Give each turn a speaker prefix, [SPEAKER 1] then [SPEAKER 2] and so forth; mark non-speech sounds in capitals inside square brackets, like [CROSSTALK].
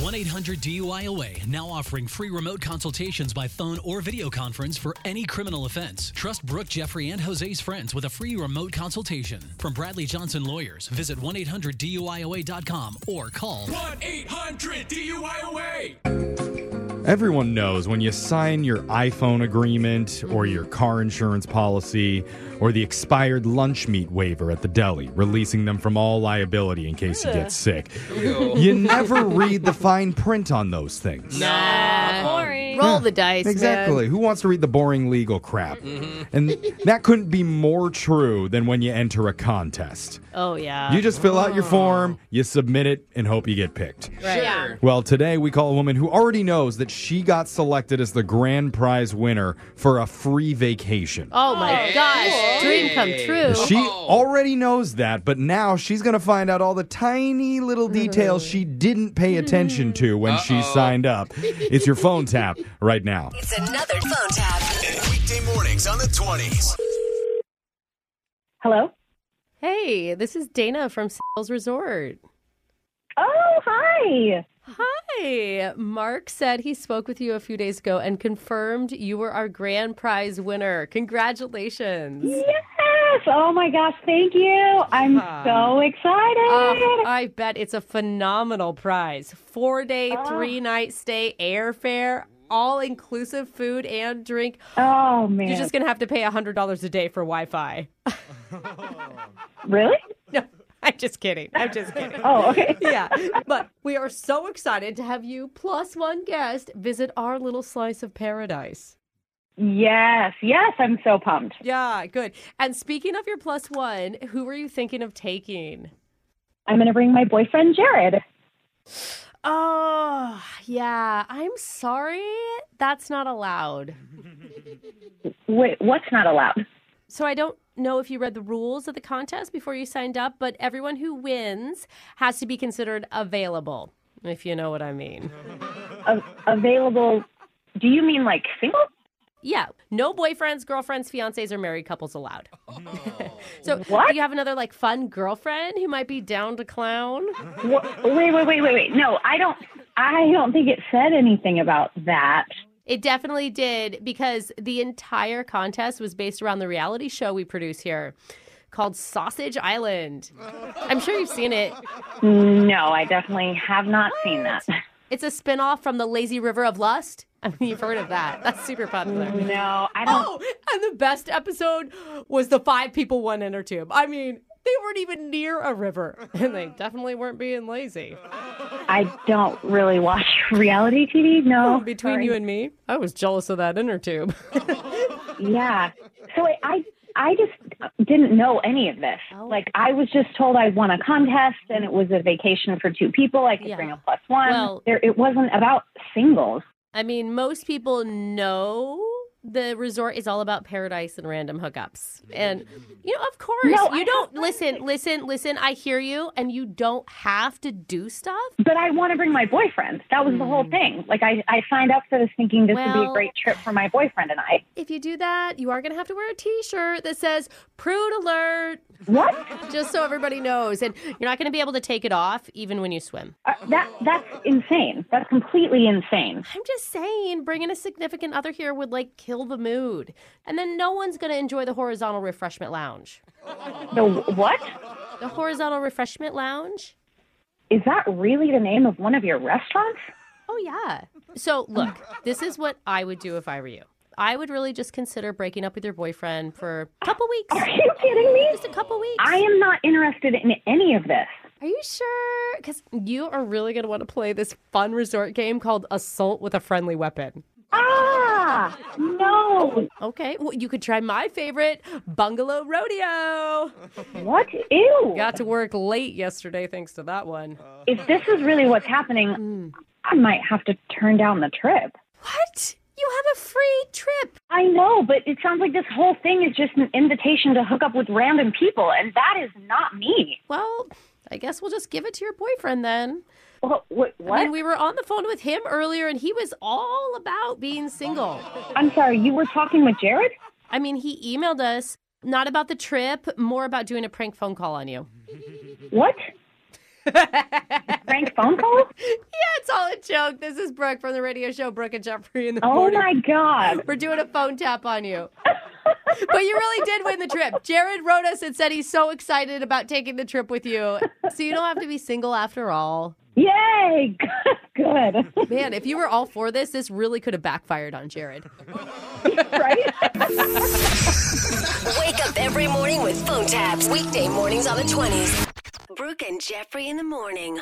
[SPEAKER 1] 1 800 DUIOA now offering free remote consultations by phone or video conference for any criminal offense. Trust Brooke, Jeffrey, and Jose's friends with a free remote consultation. From Bradley Johnson Lawyers, visit 1 800 DUIOA.com or call
[SPEAKER 2] 1 800 DUIOA.
[SPEAKER 3] Everyone knows when you sign your iPhone agreement or your car insurance policy or the expired lunch meat waiver at the deli, releasing them from all liability in case you get sick. You never read the fine print on those things.
[SPEAKER 4] boring. Uh, Roll the dice. man.
[SPEAKER 3] Exactly. Who wants to read the boring legal crap? And that couldn't be more true than when you enter a contest.
[SPEAKER 4] Oh yeah.
[SPEAKER 3] You just fill out your form, you submit it, and hope you get picked.
[SPEAKER 4] Right.
[SPEAKER 3] Well, today we call a woman who already knows that she got selected as the grand prize winner for a free vacation.
[SPEAKER 4] Oh my gosh, dream come true.
[SPEAKER 3] She already knows that, but now she's going to find out all the tiny little details she didn't pay attention to when she signed up. It's your phone tap right now.
[SPEAKER 5] It's another phone tap.
[SPEAKER 6] Weekday mornings on the 20s.
[SPEAKER 7] Hello.
[SPEAKER 4] Hey, this is Dana from Sales Resort.
[SPEAKER 7] Oh, hi.
[SPEAKER 4] Hi. Mark said he spoke with you a few days ago and confirmed you were our grand prize winner. Congratulations.
[SPEAKER 7] Yes. Oh my gosh. Thank you. I'm so
[SPEAKER 4] Uh,
[SPEAKER 7] excited.
[SPEAKER 4] I bet it's a phenomenal prize. Four day, three night stay, airfare, all inclusive food and drink.
[SPEAKER 7] oh man.
[SPEAKER 4] You're just going to have to pay $100 a day for Wi [LAUGHS] Fi.
[SPEAKER 7] really?
[SPEAKER 4] No, [LAUGHS] I'm just kidding. I'm just kidding.
[SPEAKER 7] Oh, okay.
[SPEAKER 4] [LAUGHS] yeah. But we are so excited to have you plus one guest visit our little slice of paradise.
[SPEAKER 7] Yes. Yes. I'm so pumped.
[SPEAKER 4] Yeah, good. And speaking of your plus one, who were you thinking of taking?
[SPEAKER 7] I'm going to bring my boyfriend Jared.
[SPEAKER 4] Oh, yeah. I'm sorry. That's not allowed.
[SPEAKER 7] Wait, what's not allowed?
[SPEAKER 4] So I don't know if you read the rules of the contest before you signed up, but everyone who wins has to be considered available, if you know what I mean.
[SPEAKER 7] A- available? Do you mean like single?
[SPEAKER 4] Yeah, no boyfriends, girlfriends, fiancés, or married couples allowed. [LAUGHS] so,
[SPEAKER 7] What?
[SPEAKER 4] do you have another like fun girlfriend who might be down to clown?
[SPEAKER 7] Wha- Wait, wait, wait, wait, wait. No, I don't. I don't think it said anything about that.
[SPEAKER 4] It definitely did because the entire contest was based around the reality show we produce here called Sausage Island. I'm sure you've seen it.
[SPEAKER 7] No, I definitely have not seen that.
[SPEAKER 4] It's a spin-off from The Lazy River of Lust. [LAUGHS] I mean, you've heard of that. That's super popular.
[SPEAKER 7] No, I don't.
[SPEAKER 4] Oh, [LAUGHS] and the best episode was the five people one inner tube. I mean, they weren't even near a river, and [LAUGHS] they definitely weren't being lazy.
[SPEAKER 7] I don't really watch [LAUGHS] reality TV. No,
[SPEAKER 4] Between
[SPEAKER 7] sorry.
[SPEAKER 4] you and me, I was jealous of that inner tube. [LAUGHS]
[SPEAKER 7] Yeah. So I, I, I just didn't know any of this.
[SPEAKER 4] Oh.
[SPEAKER 7] Like I was just told I won a contest and it was a vacation for two people. I could
[SPEAKER 4] Yeah.
[SPEAKER 7] bring a plus one.
[SPEAKER 4] Well-
[SPEAKER 7] there, it wasn't about singles.
[SPEAKER 4] I mean, most people know the resort is all about paradise and random hookups. And you know, of course,
[SPEAKER 7] No,
[SPEAKER 4] you
[SPEAKER 7] I
[SPEAKER 4] don't listen, listen, listen, I hear you and you don't have to do stuff.
[SPEAKER 7] But I want to bring my boyfriend. That was the whole thing. Like I, I signed up for this thinking this would be
[SPEAKER 4] Mm. Well-
[SPEAKER 7] a great trip for my boyfriend and I.
[SPEAKER 4] If you do that, you are going to have to wear a t-shirt that says prude alert
[SPEAKER 7] What?
[SPEAKER 4] just so everybody knows and you're not going to be able to take it off even when you swim.
[SPEAKER 7] Uh, that that's insane. That's completely insane.
[SPEAKER 4] I'm just saying bringing a significant other here would like kill the mood. And then no one's going to enjoy the horizontal refreshment lounge.
[SPEAKER 7] The what?
[SPEAKER 4] The horizontal refreshment lounge?
[SPEAKER 7] Is that really the name of one of your restaurants? [LAUGHS]
[SPEAKER 4] Oh, yeah. So, look, this is what I would do if I were you. I would really just consider breaking up with your boyfriend for a couple weeks.
[SPEAKER 7] Are you kidding me?
[SPEAKER 4] Just a couple weeks.
[SPEAKER 7] I am not interested in any of this.
[SPEAKER 4] Are you sure? Because you are really going to want to play this fun resort game called Assault with a Friendly Weapon.
[SPEAKER 7] Ah, no.
[SPEAKER 4] Okay, well, you could try my favorite, Bungalow [LAUGHS] Rodeo.
[SPEAKER 7] What? Ew.
[SPEAKER 4] Got to work late yesterday thanks to that one.
[SPEAKER 7] If this is really what's happening,
[SPEAKER 4] Hmm.
[SPEAKER 7] I might have to turn down the trip.
[SPEAKER 4] What? You have a free trip.
[SPEAKER 7] I know, but it sounds like this whole thing is just an invitation to hook up with random people, and that is not me.
[SPEAKER 4] Well, I guess we'll just give it to your boyfriend then.
[SPEAKER 7] What? What?
[SPEAKER 4] And
[SPEAKER 7] what?
[SPEAKER 4] we were on the phone with him earlier, and he was all about being single.
[SPEAKER 7] I'm sorry, you were talking with Jared?
[SPEAKER 4] I mean, he emailed us not about the trip, more about doing a prank phone call on you. [LAUGHS]
[SPEAKER 7] What? Frank phone call?
[SPEAKER 4] Yeah, it's all it joke. This is Brooke from the radio show Brooke and Jeffrey in the
[SPEAKER 7] Oh
[SPEAKER 4] morning.
[SPEAKER 7] my God.
[SPEAKER 4] We're doing a phone tap on you. but you really did win the trip. Jared wrote us and said he's so excited about taking the trip with you. So you don't have to be single after all.
[SPEAKER 7] Yay. [LAUGHS] Good.
[SPEAKER 4] [LAUGHS] Man, if you were all for this, this really could have backfired on Jared.
[SPEAKER 7] right?
[SPEAKER 5] Wake up every morning with phone taps. Weekday mornings on the 20s. Brooke and Jeffrey in the morning.